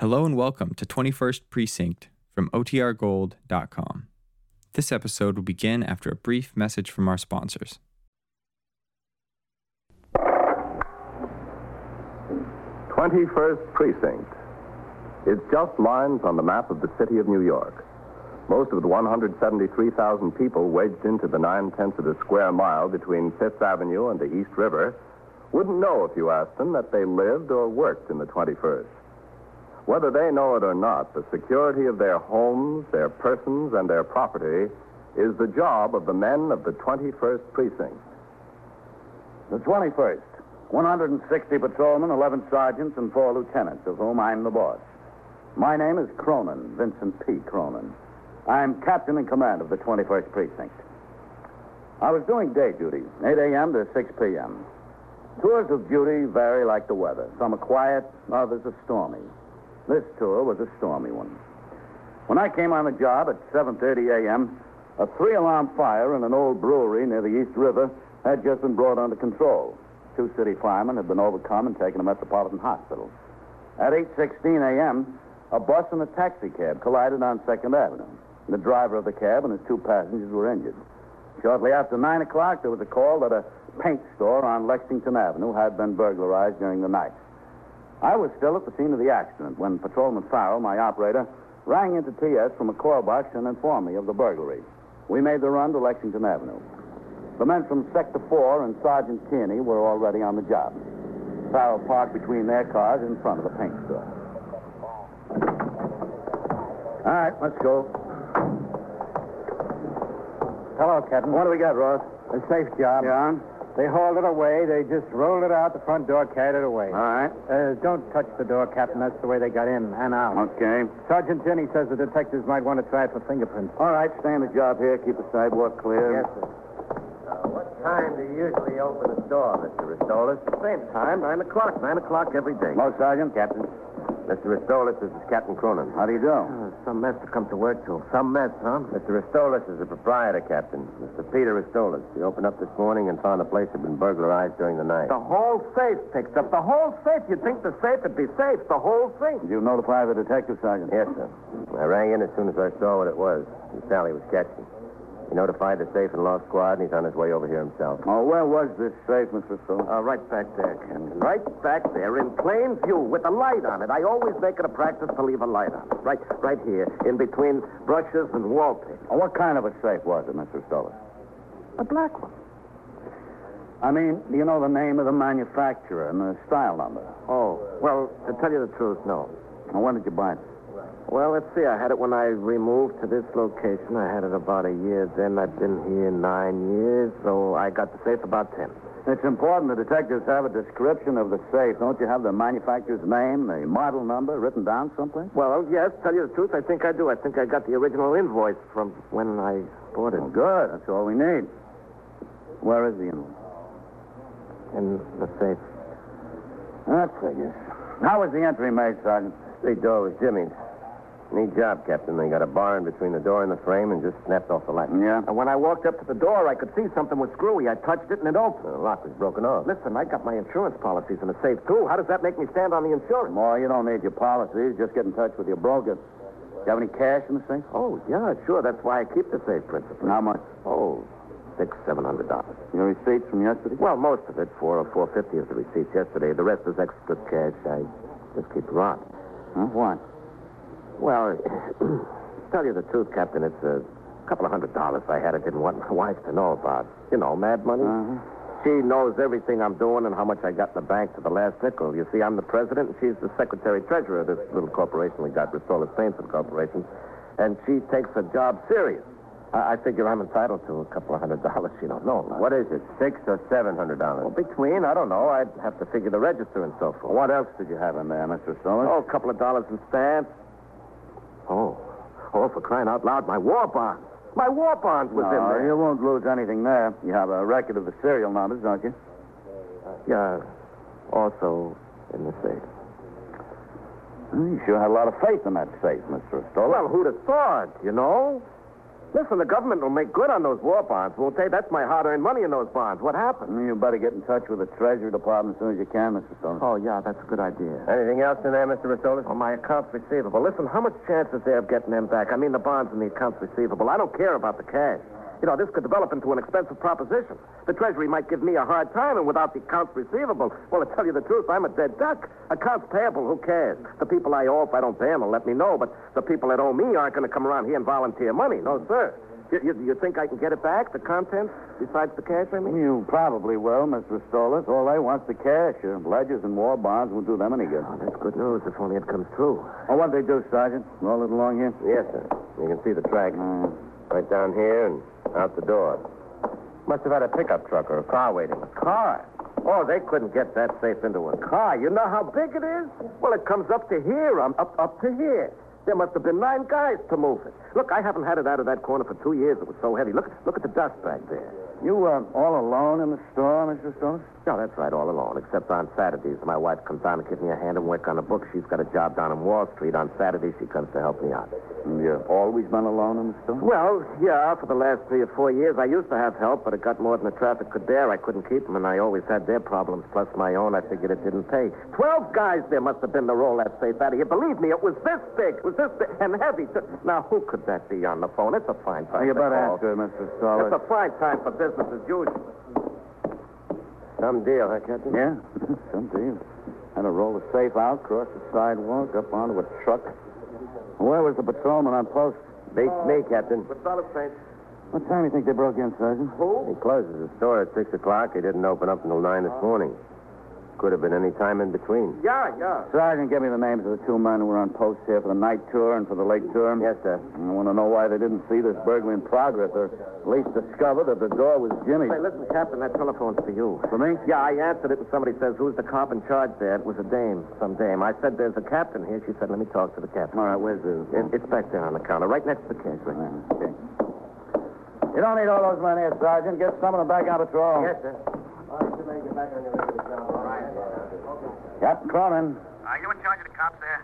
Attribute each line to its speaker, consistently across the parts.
Speaker 1: Hello and welcome to 21st Precinct from OTRGold.com. This episode will begin after a brief message from our sponsors.
Speaker 2: Twenty-first Precinct. It's just lines on the map of the city of New York. Most of the 173,000 people wedged into the nine-tenths of a square mile between Fifth Avenue and the East River wouldn't know if you asked them that they lived or worked in the 21st. Whether they know it or not, the security of their homes, their persons, and their property is the job of the men of the 21st Precinct.
Speaker 3: The 21st. 160 patrolmen, 11 sergeants, and four lieutenants, of whom I'm the boss. My name is Cronin, Vincent P. Cronin. I'm captain in command of the 21st Precinct. I was doing day duty, 8 a.m. to 6 p.m. Tours of duty vary like the weather. Some are quiet, others are stormy. This tour was a stormy one. When I came on the job at 7.30 a.m., a three-alarm fire in an old brewery near the East River had just been brought under control. Two city firemen had been overcome and taken to Metropolitan Hospital. At 8.16 a.m., a bus and a taxi cab collided on 2nd Avenue. The driver of the cab and his two passengers were injured. Shortly after 9 o'clock, there was a call that a paint store on Lexington Avenue had been burglarized during the night. I was still at the scene of the accident when Patrolman Farrell, my operator, rang into TS from a call box and informed me of the burglary. We made the run to Lexington Avenue. The men from Sector 4 and Sergeant Tierney were already on the job. Farrell parked between their cars in front of the paint store. All right, let's go.
Speaker 4: Hello, Captain.
Speaker 3: What do we got, Ross?
Speaker 4: A safe job.
Speaker 3: John?
Speaker 4: They hauled it away. They just rolled it out the front door, carried it away.
Speaker 3: All right.
Speaker 4: Uh, don't touch the door, Captain. That's the way they got in and out.
Speaker 3: Okay.
Speaker 4: Sergeant Jenny says the detectives might want to try it for fingerprints.
Speaker 3: All right, stay on the job here. Keep the sidewalk clear.
Speaker 4: sir.
Speaker 5: Uh, what time do you usually open the store, Mr. Restolis? Same time, 9 o'clock. 9 o'clock every day.
Speaker 3: Hello, Sergeant. Captain.
Speaker 5: Mr. Restolis, this is Captain Cronin.
Speaker 3: How do you do?
Speaker 5: Uh, some mess to come to work to. Some mess, huh? Mr. Restolis is the proprietor, Captain. Mr. Peter Restolis. He opened up this morning and found the place had been burglarized during the night.
Speaker 3: The
Speaker 5: whole safe picked up. The whole safe. You'd think the safe would be safe. The whole thing.
Speaker 3: Did you notify the detective, Sergeant?
Speaker 5: Yes, sir. I rang in as soon as I saw what it was. And Sally was catching. He notified the safe and law squad, and he's on his way over here himself.
Speaker 3: Oh, where was this safe, Mr. Stoll?
Speaker 5: Uh, right back there, Captain. Right back there, in plain view, with a light on it. I always make it a practice to leave a light on it. Right, right here, in between brushes and wallpaper.
Speaker 3: Oh, what kind of a safe was it, Mr. Stoller?
Speaker 5: A black one.
Speaker 3: I mean, do you know the name of the manufacturer and the style number?
Speaker 5: Oh, well, to tell you the truth, no.
Speaker 3: Now, when did you buy it?
Speaker 5: Well, let's see. I had it when I removed to this location. I had it about a year then. I've been here nine years, so I got the safe about ten.
Speaker 3: It's important the detectives have a description of the safe. Don't you have the manufacturer's name, the model number written down someplace?
Speaker 5: Well, oh, yes, tell you the truth, I think I do. I think I got the original invoice from when I bought it.
Speaker 3: Well, good. That's all we need. Where is the invoice?
Speaker 5: In the safe.
Speaker 3: That figures. How was the entry made, Sergeant?
Speaker 5: Street door was Jimmy's. Neat job, Captain. They got a bar in between the door and the frame and just snapped off the latch.
Speaker 3: Yeah.
Speaker 5: And when I walked up to the door, I could see something was screwy. I touched it and it opened. The lock was broken off. Listen, I got my insurance policies in the safe, too. How does that make me stand on the insurance?
Speaker 3: More, you don't need your policies. Just get in touch with your broker. You have any cash in the safe?
Speaker 5: Oh, yeah, sure. That's why I keep the safe, principally.
Speaker 3: How much?
Speaker 5: Oh, six, seven hundred dollars.
Speaker 3: Your receipts from yesterday?
Speaker 5: Well, most of it, four or four fifty is the receipts yesterday. The rest is extra cash. I just keep it on.
Speaker 3: Huh? Why?
Speaker 5: Well, tell you the truth, Captain, it's a couple of hundred dollars I had I didn't want my wife to know about. You know, mad money.
Speaker 3: Uh-huh.
Speaker 5: She knows everything I'm doing and how much I got in the bank to the last nickel. You see, I'm the president, and she's the secretary treasurer of this little corporation we got, Restola Sainson Corporation, and she takes her job serious. I, I figure I'm entitled to a couple of hundred dollars she don't know about.
Speaker 3: is it, six or seven hundred dollars?
Speaker 5: Well, between, I don't know. I'd have to figure the register and so forth.
Speaker 3: What else did you have in there, Mr. Stone?
Speaker 5: Oh, a couple of dollars in stamps. Oh. Oh, for crying out loud, my war bonds. My war bonds was in there.
Speaker 3: you won't lose anything there. You have a record of the serial numbers, don't you?
Speaker 5: Yeah, also in the safe.
Speaker 3: Hmm, You sure had a lot of faith in that safe, Mr. Stoller.
Speaker 5: Well, who'd have thought, you know? Listen, the government will make good on those war bonds, won't they? That's my hard-earned money in those bonds. What happened?
Speaker 3: Hmm, You better get in touch with the Treasury Department as soon as you can, Mr. Stone.
Speaker 5: Oh, yeah, that's a good idea. Anything else in there, Mr. Rosolis? Oh, my accounts receivable. Listen, how much chance is there of getting them back? I mean, the bonds and the accounts receivable. I don't care about the cash. You know, this could develop into an expensive proposition. The Treasury might give me a hard time, and without the accounts receivable, well, to tell you the truth, I'm a dead duck. Accounts payable, who cares? The people I owe, if I don't pay them, will let me know, but the people that owe me aren't going to come around here and volunteer money. No, sir. You, you, you think I can get it back, the contents, besides the cash, I mean?
Speaker 3: Hmm, You probably will, Mr. Stolas. All they want's the cash. Uh, ledgers and war bonds won't do them any good.
Speaker 5: Oh, that's good news, if only it comes through.
Speaker 3: Oh, what'd they do, Sergeant? Roll it along here?
Speaker 5: Yes, sir. You can see the track. Right down here and out the door. Must have had a pickup truck or a car waiting. A car? Oh, they couldn't get that safe into a car. You know how big it is? Well, it comes up to here, um, up, up to here. There must have been nine guys to move it. Look, I haven't had it out of that corner for two years. It was so heavy. Look, look at the dust back there.
Speaker 3: You were all alone in the store, Mr. Stolas?
Speaker 5: No, that's right, all alone, except on Saturdays. My wife comes down to give me a hand and work on a book. She's got a job down on Wall Street. On Saturdays, she comes to help me out.
Speaker 3: You've Hmm, always been alone in the store?
Speaker 5: Well, yeah, for the last three or four years, I used to have help, but it got more than the traffic could bear. I couldn't keep them, and I always had their problems, plus my own. I figured it didn't pay. Twelve guys there must have been to roll that safe out of here. Believe me, it was this big. It was this big and heavy. too. Now, who could that be on the phone? It's a fine time.
Speaker 3: you
Speaker 5: to
Speaker 3: better
Speaker 5: call.
Speaker 3: answer, Mr.
Speaker 5: It's
Speaker 3: Stolas.
Speaker 5: a fine time for business as usual. Some deal, huh, Captain?
Speaker 3: Yeah, some deal. Had to roll the safe out, cross the sidewalk, up onto a truck. Where was the patrolman on post?
Speaker 5: Beats me, Captain.
Speaker 3: What time do you think they broke in, Sergeant?
Speaker 5: He closes the store at 6 o'clock. He didn't open up until 9 this morning. Could have been any time in between.
Speaker 3: Yeah, yeah. Sergeant, give me the names of the two men who were on post here for the night tour and for the late tour.
Speaker 5: Yes, sir.
Speaker 3: I want to know why they didn't see this burglary in progress, or at least discover that the door was Jimmy's.
Speaker 5: Hey, listen, Captain, that telephone's for you.
Speaker 3: For me?
Speaker 5: Yeah, I answered it, and somebody says, Who's the cop in charge there? It was a dame, some dame. I said, There's a captain here. She said, Let me talk to the captain.
Speaker 3: All right, where's the...
Speaker 5: It- it's back there on the counter, right next to the cash register.
Speaker 3: Okay. You don't need all those men here, Sergeant. Get some of them back on patrol.
Speaker 5: Yes, sir.
Speaker 3: Captain Cronin.
Speaker 6: Are you in charge of the cops there?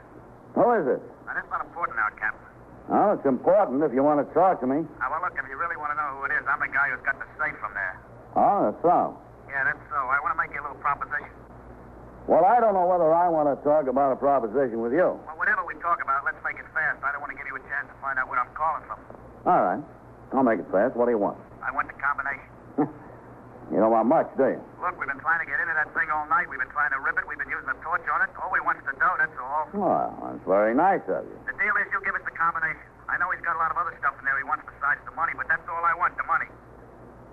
Speaker 3: Who is it?
Speaker 6: Now, that's not important now, Captain.
Speaker 3: Oh, it's important if you want to talk to me.
Speaker 6: Now, well, look, if you really want to know who it is, I'm the guy who's got the safe from there.
Speaker 3: Oh, that's so.
Speaker 6: Yeah, that's so. I want to make you a little proposition.
Speaker 3: Well, I don't know whether I want to talk about a proposition with you.
Speaker 6: Well, whatever we talk about, let's make it fast. I don't want to give you a chance to find out where I'm calling from.
Speaker 3: All right. I'll make it fast. What do you want?
Speaker 6: I want the combination.
Speaker 3: You don't want much, do you?
Speaker 6: Look, we've been trying to get into that thing all night. We've been trying to rip it. We've been using a torch on it. All we want's the dough, that's all.
Speaker 3: Well, that's very nice of you.
Speaker 6: The deal is you give us the combination. I know he's got a lot of other stuff in there he wants besides the money, but that's all I want, the money.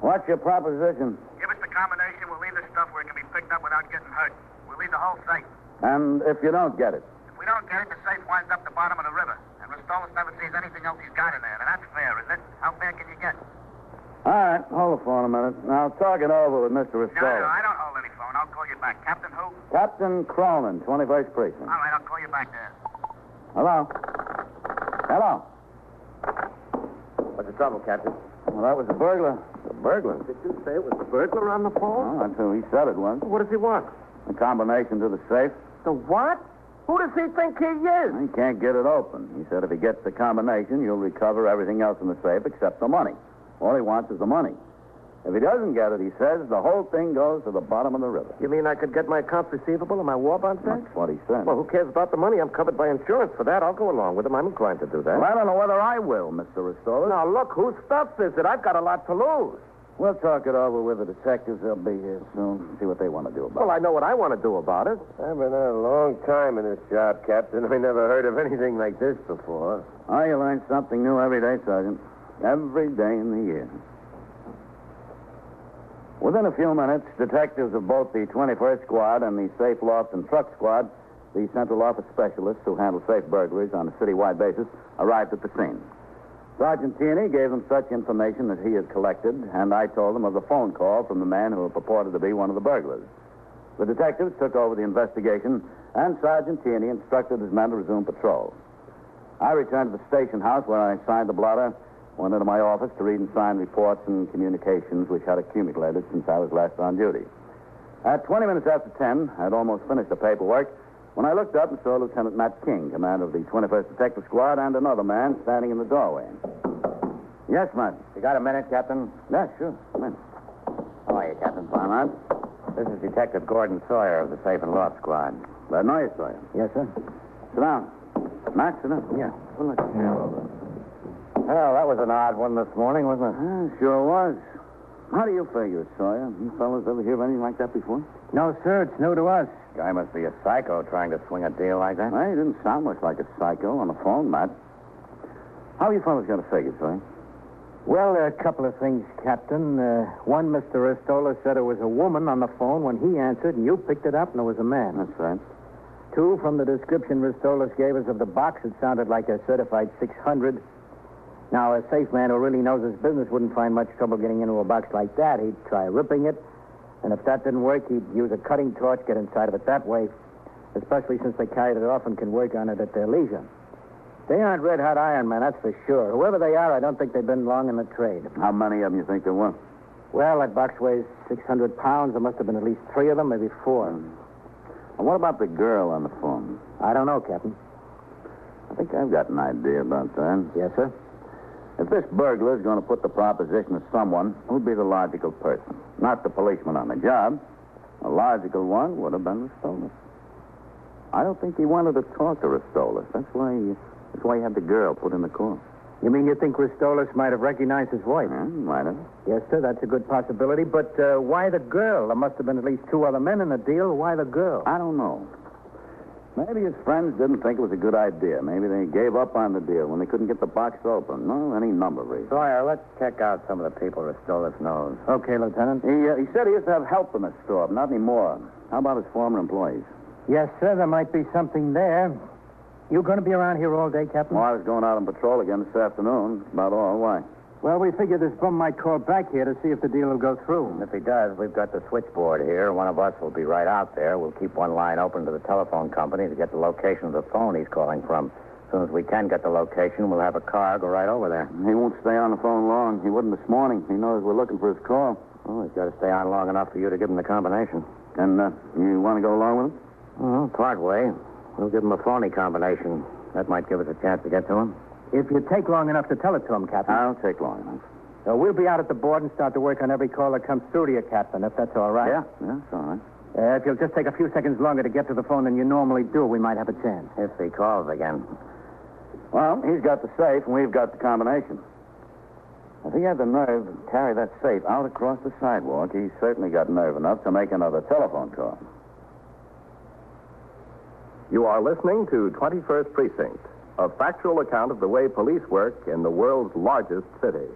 Speaker 3: What's your proposition?
Speaker 6: Give us the combination. We'll leave the stuff where it can be picked up without getting hurt. We'll leave the whole safe.
Speaker 3: And if you don't get it?
Speaker 6: If we don't get it, the safe winds up the bottom of the river. And Rostolis never sees anything else he's got in there. And that's fair, isn't it? How fair can you get?
Speaker 3: All right, hold the phone a minute. Now, talk it over with Mr.
Speaker 6: No, no,
Speaker 3: Restall.
Speaker 6: I don't hold any phone. I'll call you back. Captain who?
Speaker 3: Captain Cronin, 21st Precinct.
Speaker 6: All right, I'll call you back there.
Speaker 3: Hello? Hello?
Speaker 5: What's the trouble, Captain?
Speaker 3: Well, that was the burglar. The burglar?
Speaker 5: Did you say it was the burglar on the phone?
Speaker 3: Well, that's who he said it was.
Speaker 5: What does he want?
Speaker 3: A combination to the safe.
Speaker 5: The what? Who does he think he is?
Speaker 3: He can't get it open. He said if he gets the combination, you'll recover everything else in the safe except the money. All he wants is the money. If he doesn't get it, he says the whole thing goes to the bottom of the river.
Speaker 5: You mean I could get my accounts receivable and my war bonds back?
Speaker 3: That's what he said.
Speaker 5: Well, who cares about the money? I'm covered by insurance for that. I'll go along with him. I'm inclined to do that.
Speaker 3: Well, I don't know whether I will, Mr. Restola.
Speaker 5: Now, look, whose stuff is it? I've got a lot to lose.
Speaker 3: We'll talk it over with the detectives. They'll be here soon. See what they want to do about
Speaker 5: Well, I know what I want to do about it.
Speaker 7: I've been there a long time in this job, Captain. I never heard of anything like this before.
Speaker 3: it. Oh, you learn something new every day, Sergeant. Every day in the year. Within a few minutes, detectives of both the 21st Squad and the Safe Loft and Truck Squad, the Central Office specialists who handle safe burglaries on a citywide basis, arrived at the scene. Sergeant Tierney gave them such information that he had collected, and I told them of the phone call from the man who purported to be one of the burglars. The detectives took over the investigation, and Sergeant Tierney instructed his men to resume patrol. I returned to the station house where I signed the blotter, went into my office to read and sign reports and communications which had accumulated since I was last on duty. At 20 minutes after 10, I'd almost finished the paperwork when I looked up and saw Lieutenant Matt King, commander of the 21st Detective Squad, and another man standing in the doorway.
Speaker 5: Yes, Martin. You got a minute, Captain? Yeah, sure. Come in. How are you, Captain Barnard? This is Detective Gordon Sawyer of the Safe and Law Squad. I know you, Sawyer. Yes, sir. Sit down. Max, sit down. Yeah. Well, look. Well, that was an odd one this morning, wasn't it? sure was. How do you figure it, Sawyer? You fellas ever hear of anything like that before?
Speaker 4: No, sir, it's new to us.
Speaker 5: Guy must be a psycho trying to swing a deal like that. Well, he didn't sound much like a psycho on the phone, Matt. How you fellas got to figure it, Sawyer?
Speaker 4: Well, there are a couple of things, Captain. Uh, one, Mr. Ristola said it was a woman on the phone when he answered, and you picked it up, and it was a man.
Speaker 5: That's right.
Speaker 4: Two, from the description Ristolas gave us of the box, it sounded like a certified 600. Now, a safe man who really knows his business wouldn't find much trouble getting into a box like that. He'd try ripping it, and if that didn't work, he'd use a cutting torch, get inside of it that way, especially since they carried it off and can work on it at their leisure. They aren't red hot iron men, that's for sure. Whoever they are, I don't think they've been long in the trade.
Speaker 5: How many of them you think there were?
Speaker 4: Well, that box weighs 600 pounds. There must have been at least three of them, maybe four.
Speaker 5: And what about the girl on the phone?
Speaker 4: I don't know, Captain.
Speaker 5: I think I've got an idea about that.
Speaker 4: Yes, sir?
Speaker 5: If this burglar's going to put the proposition to someone, who'd be the logical person? Not the policeman on the job. A logical one would have been Ristolis. I don't think he wanted to talk to Ristolis. That's why he, that's why he had the girl put in the call.
Speaker 4: You mean you think Ristolas might have recognized his wife?
Speaker 5: Yeah, might have.
Speaker 4: Yes, sir, that's a good possibility. But uh, why the girl? There must have been at least two other men in the deal. Why the girl?
Speaker 5: I don't know. Maybe his friends didn't think it was a good idea. Maybe they gave up on the deal when they couldn't get the box open. No, any number of reasons.
Speaker 3: Sawyer, let's check out some of the people Ristolis knows.
Speaker 4: Okay, Lieutenant.
Speaker 5: He, uh, he said he used to have help in the store, but not anymore. How about his former employees?
Speaker 4: Yes, sir, there might be something there. You going to be around here all day, Captain?
Speaker 5: Well, I was going out on patrol again this afternoon. That's About all. Why?
Speaker 4: Well, we figure this bum might call back here to see if the deal will go through.
Speaker 3: If he does, we've got the switchboard here. One of us will be right out there. We'll keep one line open to the telephone company to get the location of the phone he's calling from. As soon as we can get the location, we'll have a car go right over there.
Speaker 5: He won't stay on the phone long. He wouldn't this morning. He knows we're looking for his call.
Speaker 3: Well, he's got to stay on long enough for you to give him the combination.
Speaker 5: And uh, you want to go along with him?
Speaker 3: Well, part way. We'll give him a phony combination. That might give us a chance to get to him.
Speaker 4: If you take long enough to tell it to him, Captain.
Speaker 5: I'll take long enough.
Speaker 4: Uh, we'll be out at the board and start to work on every call that comes through to you, Captain, if that's all right.
Speaker 5: Yeah, yeah, it's all right.
Speaker 4: Uh, if you'll just take a few seconds longer to get to the phone than you normally do, we might have a chance.
Speaker 3: If he calls again.
Speaker 5: Well, he's got the safe, and we've got the combination. If he had the nerve to carry that safe out across the sidewalk, he's certainly got nerve enough to make another telephone call.
Speaker 2: You are listening to 21st Precinct, a factual account of the way police work in the world's largest city.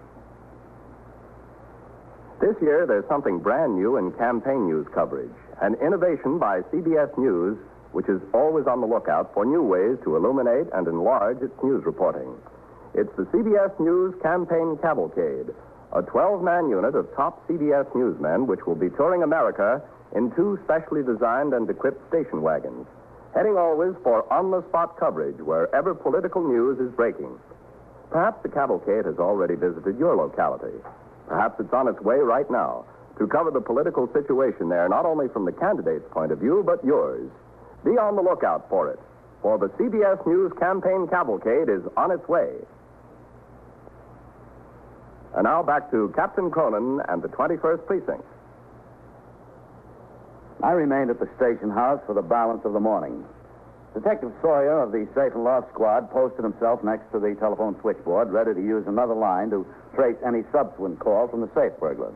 Speaker 2: This year, there's something brand new in campaign news coverage, an innovation by CBS News, which is always on the lookout for new ways to illuminate and enlarge its news reporting. It's the CBS News Campaign Cavalcade, a 12 man unit of top CBS newsmen which will be touring America in two specially designed and equipped station wagons heading always for on the spot coverage wherever political news is breaking. Perhaps the cavalcade has already visited your locality. Perhaps it's on its way right now to cover the political situation there, not only from the candidate's point of view, but yours. Be on the lookout for it, for the CBS News campaign cavalcade is on its way. And now back to Captain Cronin and the 21st Precinct.
Speaker 5: I remained at the station house for the balance of the morning. Detective Sawyer of the Safe and Law Squad posted himself next to the telephone switchboard, ready to use another line to trace any subsequent call from the safe burglar.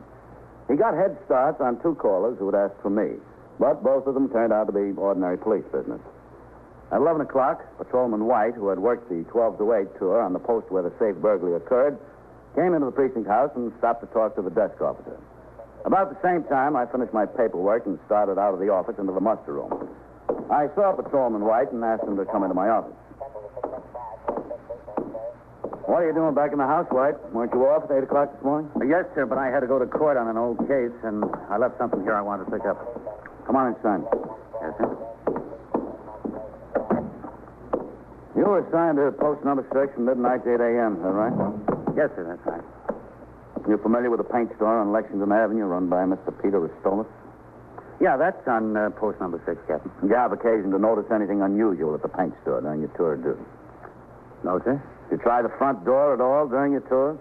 Speaker 5: He got head starts on two callers who had asked for me, but both of them turned out to be ordinary police business. At 11 o'clock, Patrolman White, who had worked the 12 to 8 tour on the post where the safe burglary occurred, came into the precinct house and stopped to talk to the desk officer. About the same time, I finished my paperwork and started out of the office into the muster room. I saw Patrolman White and asked him to come into my office. What are you doing back in the house, White? Weren't you off at 8 o'clock this morning?
Speaker 4: Uh, Yes, sir, but I had to go to court on an old case, and I left something here I wanted to pick up.
Speaker 5: Come on inside.
Speaker 4: Yes, sir?
Speaker 5: You were assigned to post number 6 from midnight to 8 a.m., is that right?
Speaker 4: Yes, sir, that's right.
Speaker 5: You're familiar with the paint store on Lexington Avenue run by Mr. Peter Ristolis?
Speaker 4: Yeah, that's on uh, post number six, Captain.
Speaker 5: Did you have occasion to notice anything unusual at the paint store during your tour of duty?
Speaker 4: No, sir?
Speaker 5: Did you try the front door at all during your tour?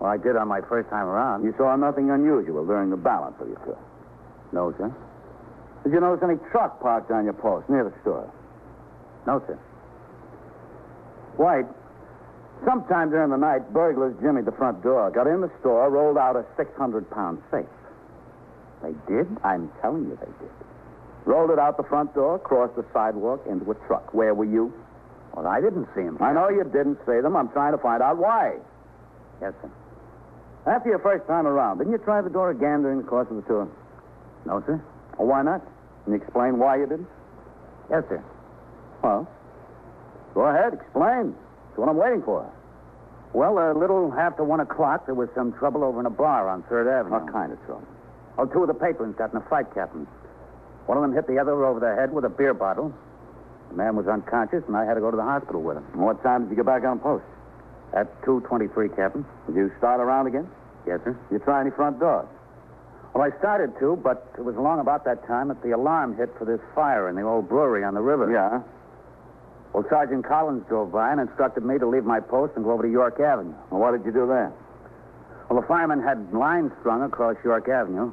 Speaker 4: Well, I did on my first time around.
Speaker 5: You saw nothing unusual during the balance of your trip? No, sir. Did you notice any truck parked on your post near the store?
Speaker 4: No, sir.
Speaker 5: White, sometime during the night, burglars jimmied the front door, got in the store, rolled out a 600 pound safe. They did? I'm telling you they did. Rolled it out the front door, crossed the sidewalk into a truck. Where were you?
Speaker 4: Well, I didn't see him.
Speaker 5: I know you didn't say them. I'm trying to find out why.
Speaker 4: Yes, sir.
Speaker 5: After your first time around, didn't you try the door again during the course of the tour?
Speaker 4: No, sir.
Speaker 5: Well, why not? Can you explain why you didn't?
Speaker 4: Yes, sir.
Speaker 5: Well, go ahead, explain. That's what I'm waiting for.
Speaker 4: Well, a little after one o'clock, there was some trouble over in a bar on Third Avenue.
Speaker 5: What kind of trouble?
Speaker 4: Oh, two of the patrons got in a fight, Captain. One of them hit the other over the head with a beer bottle. The man was unconscious, and I had to go to the hospital with him.
Speaker 5: And what time did you get back on post?
Speaker 4: At 2.23, Captain.
Speaker 5: Did you start around again?
Speaker 4: Yes, sir.
Speaker 5: Did you try any front doors?
Speaker 4: Well, I started to, but it was along about that time that the alarm hit for this fire in the old brewery on the river.
Speaker 5: Yeah.
Speaker 4: Well, Sergeant Collins drove by and instructed me to leave my post and go over to York Avenue.
Speaker 5: Well, what did you do then?
Speaker 4: Well, the firemen had lines strung across York Avenue.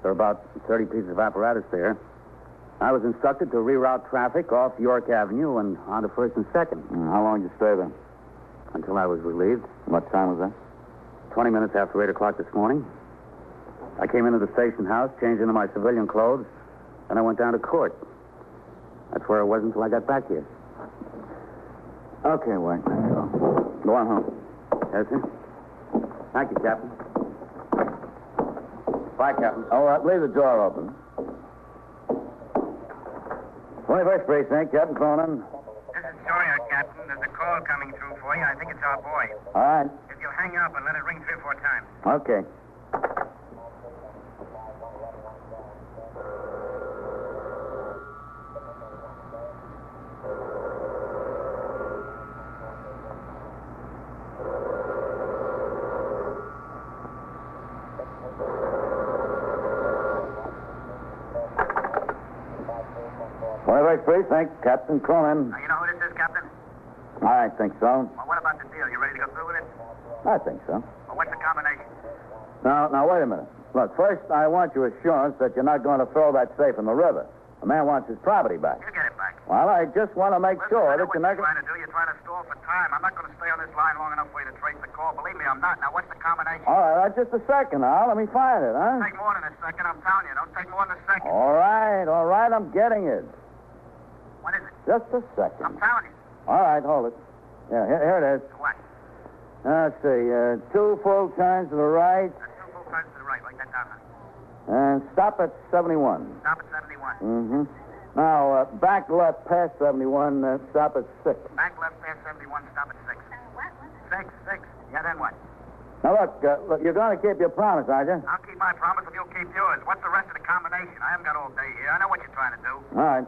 Speaker 4: There are about 30 pieces of apparatus there. I was instructed to reroute traffic off York Avenue and onto First and Second
Speaker 5: And Hmm, how long did you stay there?
Speaker 4: until I was relieved.
Speaker 5: What time was that?
Speaker 4: 20 minutes after 8 o'clock this morning. I came into the station house, changed into my civilian clothes, and I went down to court. That's where I was until I got back here.
Speaker 5: Okay, White. Go on home.
Speaker 4: Yes, sir. Thank you, Captain.
Speaker 5: Bye, Captain. Oh, uh, leave the door open. 21st Precinct, Captain Cronin.
Speaker 6: This is Sawyer, Captain. There's a call coming through for you. I think it's our boy.
Speaker 5: All right.
Speaker 6: If you'll hang up and let it ring three or four times.
Speaker 5: Okay. Twenty-first precinct, Captain Cronin.
Speaker 6: Now, you know who this is, Captain?
Speaker 5: I think so.
Speaker 6: Well, what about the deal? You ready to go through with it?
Speaker 5: I think so.
Speaker 6: Well, what's the combination?
Speaker 5: Now, now, wait a minute. Look, first, I want your assurance that you're not going to throw that safe in the river. The man wants his property back.
Speaker 6: You get it back.
Speaker 5: Well, I just want to make
Speaker 6: Listen,
Speaker 5: sure
Speaker 6: I
Speaker 5: that
Speaker 6: know what
Speaker 5: you're not
Speaker 6: you're
Speaker 5: going
Speaker 6: trying to do. You're trying to stall for time. I'm not going to stay on this line long enough for you to trace the call. Believe me, I'm not. Now, what's the combination?
Speaker 5: All right, uh, just a second now. Let me find it, huh?
Speaker 6: Take more than a second. I'm telling you. Don't take more than a second.
Speaker 5: All right, all right, I'm getting it.
Speaker 6: What is it?
Speaker 5: Just a
Speaker 6: I'm
Speaker 5: second.
Speaker 6: telling you.
Speaker 5: All right, hold it. Yeah, here, here it is.
Speaker 6: What?
Speaker 5: Uh, let's see. Uh, two full turns to the right
Speaker 6: That's two full turns to the right. Write that down. honey.
Speaker 5: and stop at 71.
Speaker 6: Stop at 71.
Speaker 5: Mm-hmm. Now, uh, back left past 71, uh, stop at 6.
Speaker 6: Back left past 71. Stop at 6. Six, six. Yeah, then what?
Speaker 5: Now, look, uh, look you're going to keep your promise, aren't you?
Speaker 6: I'll keep my promise if you'll keep yours. What's the rest of the combination? I haven't got all day here. I know what you're trying to do.
Speaker 5: All right.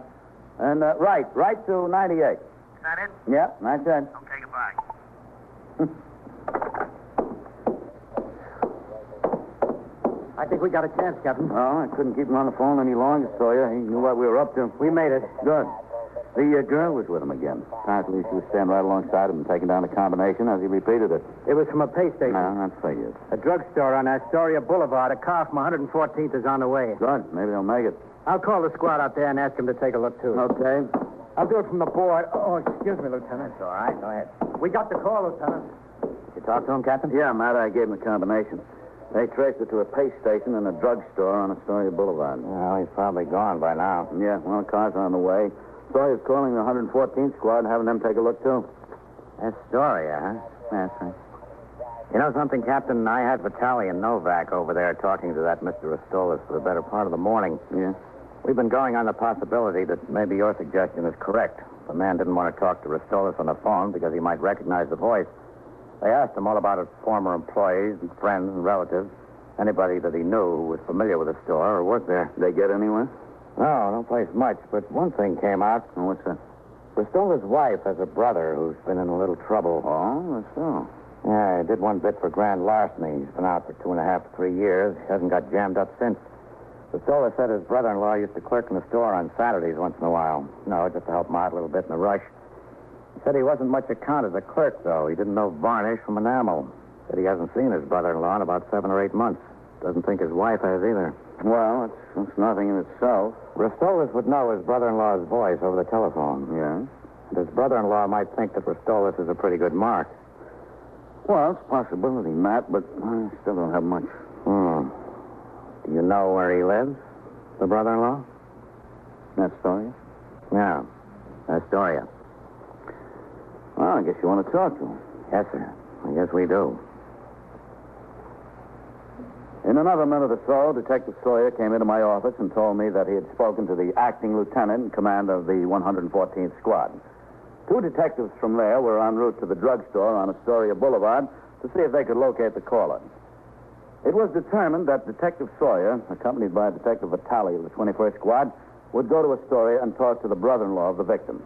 Speaker 5: And uh, right, right to 98.
Speaker 6: Is that it?
Speaker 5: Yeah, that's it.
Speaker 6: Okay, goodbye.
Speaker 4: I think we got a chance, Captain.
Speaker 5: Well, I couldn't keep him on the phone any longer, Sawyer. He knew what we were up to.
Speaker 4: We made it.
Speaker 5: Good. The uh, girl was with him again. Apparently, she was standing right alongside him and taking down the combination as he repeated it.
Speaker 4: It was from a pay station.
Speaker 5: No, that figures.
Speaker 4: A drugstore on Astoria Boulevard. A car from 114th is on the way.
Speaker 5: Good. Maybe they'll make it.
Speaker 4: I'll call the squad out there and ask them to take a look, too.
Speaker 5: Okay.
Speaker 4: I'll do it from the board. Oh, excuse me, Lieutenant. It's all right. Go ahead. We got the call, Lieutenant.
Speaker 5: You talk to him, Captain? Yeah, Matt. I gave him the combination. They traced it to a pace station and a drugstore on Astoria Boulevard.
Speaker 3: Well, he's probably gone by now.
Speaker 5: Yeah, well, the car's on the way. Sawyer's calling the 114th squad and having them take a look, too.
Speaker 4: Astoria, huh?
Speaker 5: That's right.
Speaker 4: You know something, Captain? I had Vitali and Novak over there talking to that Mr. Astolis for the better part of the morning.
Speaker 5: Yeah.
Speaker 4: We've been going on the possibility that maybe your suggestion is correct. The man didn't want to talk to Restolis on the phone because he might recognize the voice. They asked him all about his former employees and friends and relatives, anybody that he knew who was familiar with the store or worked there.
Speaker 5: They get anywhere?
Speaker 4: No, no place much, but one thing came out.
Speaker 5: Oh, what's that?
Speaker 4: Restola's wife has a brother who's been in a little trouble.
Speaker 5: Oh, that's so.
Speaker 4: Yeah, he did one bit for grand larceny. He's been out for two and a half to three years. Hasn't got jammed up since. Pistola said his brother-in-law used to clerk in the store on Saturdays once in a while. No, just to help him out a little bit in a rush. He said he wasn't much account as a clerk, though. He didn't know varnish from enamel. Said he hasn't seen his brother-in-law in about seven or eight months. Doesn't think his wife has either.
Speaker 5: Well, it's, it's nothing in itself.
Speaker 4: Rostolis would know his brother-in-law's voice over the telephone.
Speaker 5: Yeah.
Speaker 4: And his brother-in-law might think that Rostolis is a pretty good mark.
Speaker 5: Well, it's a possibility, Matt, but I still don't have much.
Speaker 4: Hmm. Do you know where he lives? The brother-in-law?
Speaker 5: That story?
Speaker 4: Yeah. Astoria.
Speaker 5: Well, I guess you want to talk to him.
Speaker 4: Yes, sir. I guess we do.
Speaker 5: In another minute or so, Detective Sawyer came into my office and told me that he had spoken to the acting lieutenant in command of the 114th Squad. Two detectives from there were en route to the drugstore on Astoria Boulevard to see if they could locate the caller. It was determined that Detective Sawyer, accompanied by Detective Vitale of the 21st Squad, would go to Astoria and talk to the brother in law of the victim.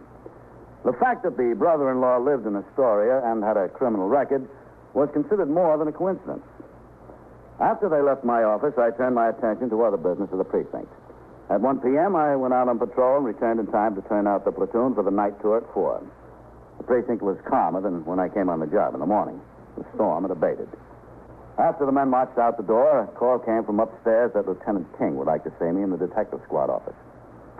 Speaker 5: The fact that the brother in law lived in Astoria and had a criminal record was considered more than a coincidence. After they left my office, I turned my attention to other business of the precinct. At 1 p.m., I went out on patrol and returned in time to turn out the platoon for the night tour at 4. The precinct was calmer than when I came on the job in the morning. The storm had abated. After the men marched out the door, a call came from upstairs that Lieutenant King would like to see me in the detective squad office.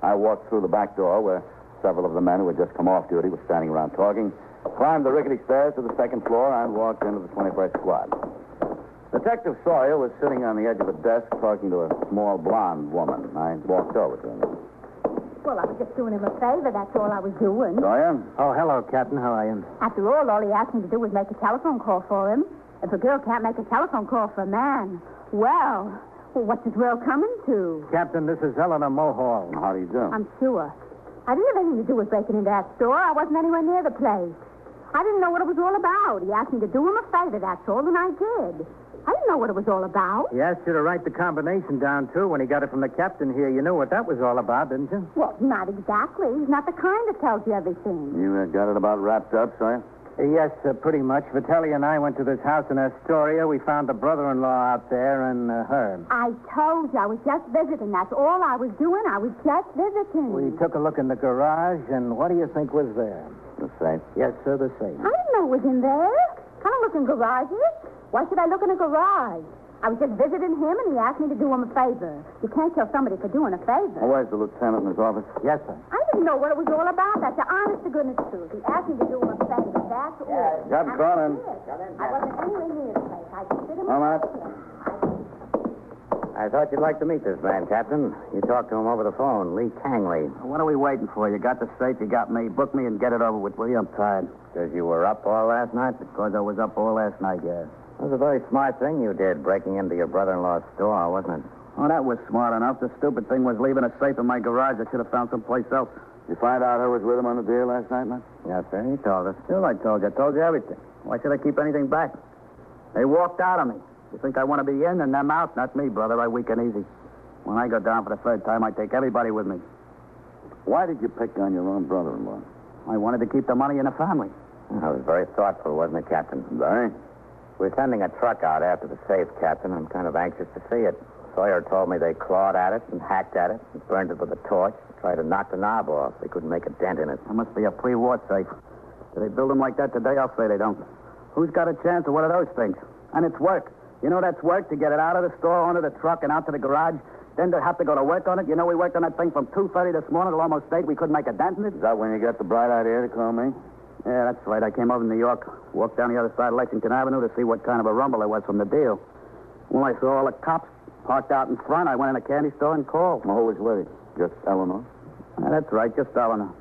Speaker 5: I walked through the back door where several of the men who had just come off duty were standing around talking, climbed the rickety stairs to the second floor, and walked into the 21st squad. Detective Sawyer was sitting on the edge of a desk talking to a small blonde woman. I walked over to him.
Speaker 8: Well, I was just doing him a favor. That's all I was doing.
Speaker 5: Sawyer?
Speaker 4: Oh, hello, Captain. How are you?
Speaker 8: After all, all he asked me to do was make a telephone call for him. If a girl can't make a telephone call for a man, well, well what's this world coming to?
Speaker 4: Captain, this is Eleanor Mohall.
Speaker 5: How do you do?
Speaker 8: I'm sure. I didn't have anything to do with breaking into that store. I wasn't anywhere near the place. I didn't know what it was all about. He asked me to do him a favor, that's all, and I did. I didn't know what it was all about.
Speaker 4: He asked you to write the combination down, too, when he got it from the captain here. You knew what that was all about, didn't you?
Speaker 8: Well, not exactly. He's not the kind that tells you everything.
Speaker 5: You uh, got it about wrapped up, Sawyer?
Speaker 4: Yes, uh, pretty much. Vitelli and I went to this house in Astoria. We found the brother-in-law out there and uh, her.
Speaker 8: I told you I was just visiting. That's all I was doing. I was just visiting.
Speaker 4: We took a look in the garage, and what do you think was there?
Speaker 5: The safe.
Speaker 4: Yes, sir, the safe.
Speaker 8: I didn't know it was in there. I don't look in garages. Why should I look in a garage? I was just visiting him, and he asked me to do him a favor. You can't kill somebody for doing a favor.
Speaker 5: where's the lieutenant in his office?
Speaker 4: Yes, sir.
Speaker 8: I didn't know what it was all about. That's the honest to goodness truth. He asked me to do him a favor. That's all.
Speaker 5: Got
Speaker 8: I
Speaker 5: Cronin.
Speaker 8: did. I wasn't anywhere near the place. I just did him
Speaker 5: All right.
Speaker 8: a favor.
Speaker 4: I thought you'd like to meet this man, Captain. You talked to him over the phone, Lee Tangley.
Speaker 5: What are we waiting for? You got the safe, you got me. Book me and get it over with, will you? I'm tired.
Speaker 4: Says you were up all last night?
Speaker 5: Because I was up all last night, yeah.
Speaker 4: It was a very smart thing you did, breaking into your brother-in-law's store, wasn't it?
Speaker 5: Oh, that was smart enough. The stupid thing was leaving a safe in my garage. I should have found someplace else. You find out who was with him on the deal last night, man?
Speaker 4: Yes, sir. He told us.
Speaker 5: Still, I told you. I told you everything. Why should I keep anything back? They walked out on me. You think I want to be in and them out? Not me, brother. I weak and easy. When I go down for the third time, I take everybody with me. Why did you pick on your own brother-in-law? I wanted to keep the money in the family.
Speaker 4: That was very thoughtful, wasn't it, Captain?
Speaker 5: Very.
Speaker 4: We're sending a truck out after the safe, Captain. I'm kind of anxious to see it. Sawyer told me they clawed at it and hacked at it and burned it with a torch, tried to knock the knob off. They couldn't make a dent in it.
Speaker 5: That must be a pre-war safe. Do they build them like that today? I'll say they don't. Who's got a chance of one of those things? And it's work. You know that's work to get it out of the store, onto the truck, and out to the garage. Then to have to go to work on it. You know we worked on that thing from 2.30 this morning till almost 8. We couldn't make a dent in it. Is that when you got the bright idea to call me? Yeah, that's right. I came over to New York, walked down the other side of Lexington Avenue to see what kind of a rumble there was from the deal. When I saw all the cops parked out in front, I went in a candy store and called. Who was with you? Just Eleanor? that's right, just Eleanor.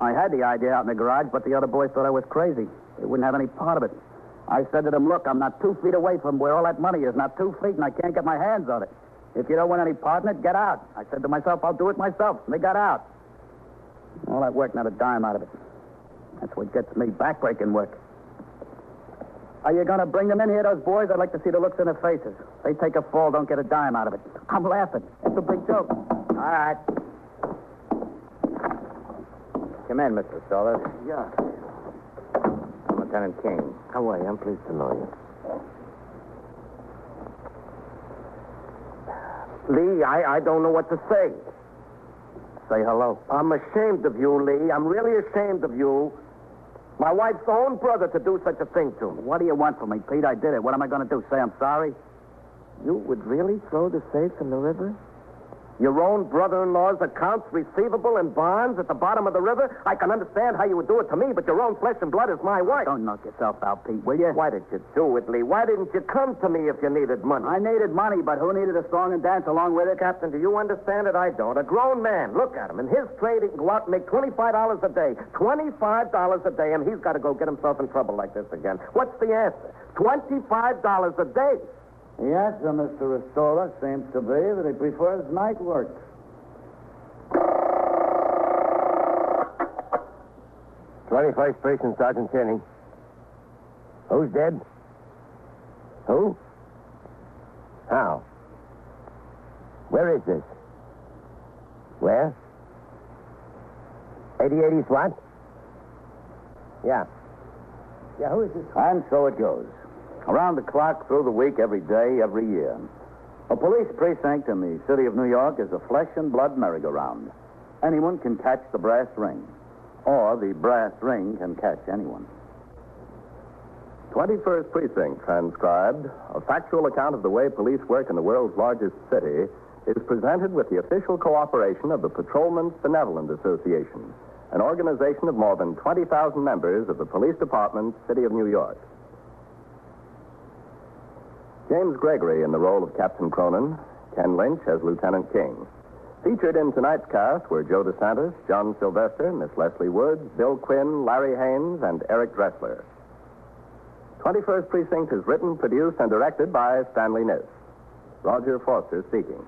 Speaker 5: I had the idea out in the garage, but the other boys thought I was crazy. They wouldn't have any part of it. I said to them, look, I'm not two feet away from where all that money is, not two feet, and I can't get my hands on it. If you don't want any part in it, get out. I said to myself, I'll do it myself. And they got out. All that work, not a dime out of it. That's what gets me backbreaking work. Are you going to bring them in here, those boys? I'd like to see the looks in their faces. They take a fall, don't get a dime out of it. I'm laughing. It's a big joke.
Speaker 4: All right. Come in, Mr. Solis.
Speaker 5: Yeah.
Speaker 4: I'm Lieutenant King.
Speaker 3: How are you? I'm pleased to know you. Lee, I, I don't know what to say.
Speaker 4: Say hello.
Speaker 3: I'm ashamed of you, Lee. I'm really ashamed of you.
Speaker 9: My wife's own brother to do such a thing to me.
Speaker 10: What do you want from me, Pete? I did it. What am I going to do? Say I'm sorry?
Speaker 9: You would really throw the safe in the river? Your own brother in law's accounts receivable and bonds at the bottom of the river? I can understand how you would do it to me, but your own flesh and blood is my wife.
Speaker 10: Don't knock yourself out, Pete, will you?
Speaker 9: Why did you do it, Lee? Why didn't you come to me if you needed money?
Speaker 10: I needed money, but who needed a song and dance along with it?
Speaker 9: Captain, do you understand it? I don't. A grown man, look at him. In his trade, he can go out and make $25 a day. $25 a day, and he's got to go get himself in trouble like this again. What's the answer? $25 a day.
Speaker 10: The answer, Mr. Restola, uh, seems to be that he prefers night work.
Speaker 11: Twenty-first person, Sergeant Channing. Who's dead? Who? How? Where is this? Where? 8080 SWAT? Yeah. Yeah, who is this?
Speaker 10: And so it goes. Around the clock, through the week, every day, every year. A police precinct in the city of New York is a flesh and blood merry-go-round. Anyone can catch the brass ring, or the brass ring can catch anyone.
Speaker 5: 21st Precinct, transcribed, a factual account of the way police work in the world's largest city, is presented with the official cooperation of the Patrolmen's Benevolent Association, an organization of more than 20,000 members of the Police Department, City of New York. James Gregory in the role of Captain Cronin, Ken Lynch as Lieutenant King. Featured in tonight's cast were Joe DeSantis, John Sylvester, Miss Leslie Woods, Bill Quinn, Larry Haynes, and Eric Dressler. 21st Precinct is written, produced, and directed by Stanley Niss. Roger Foster speaking.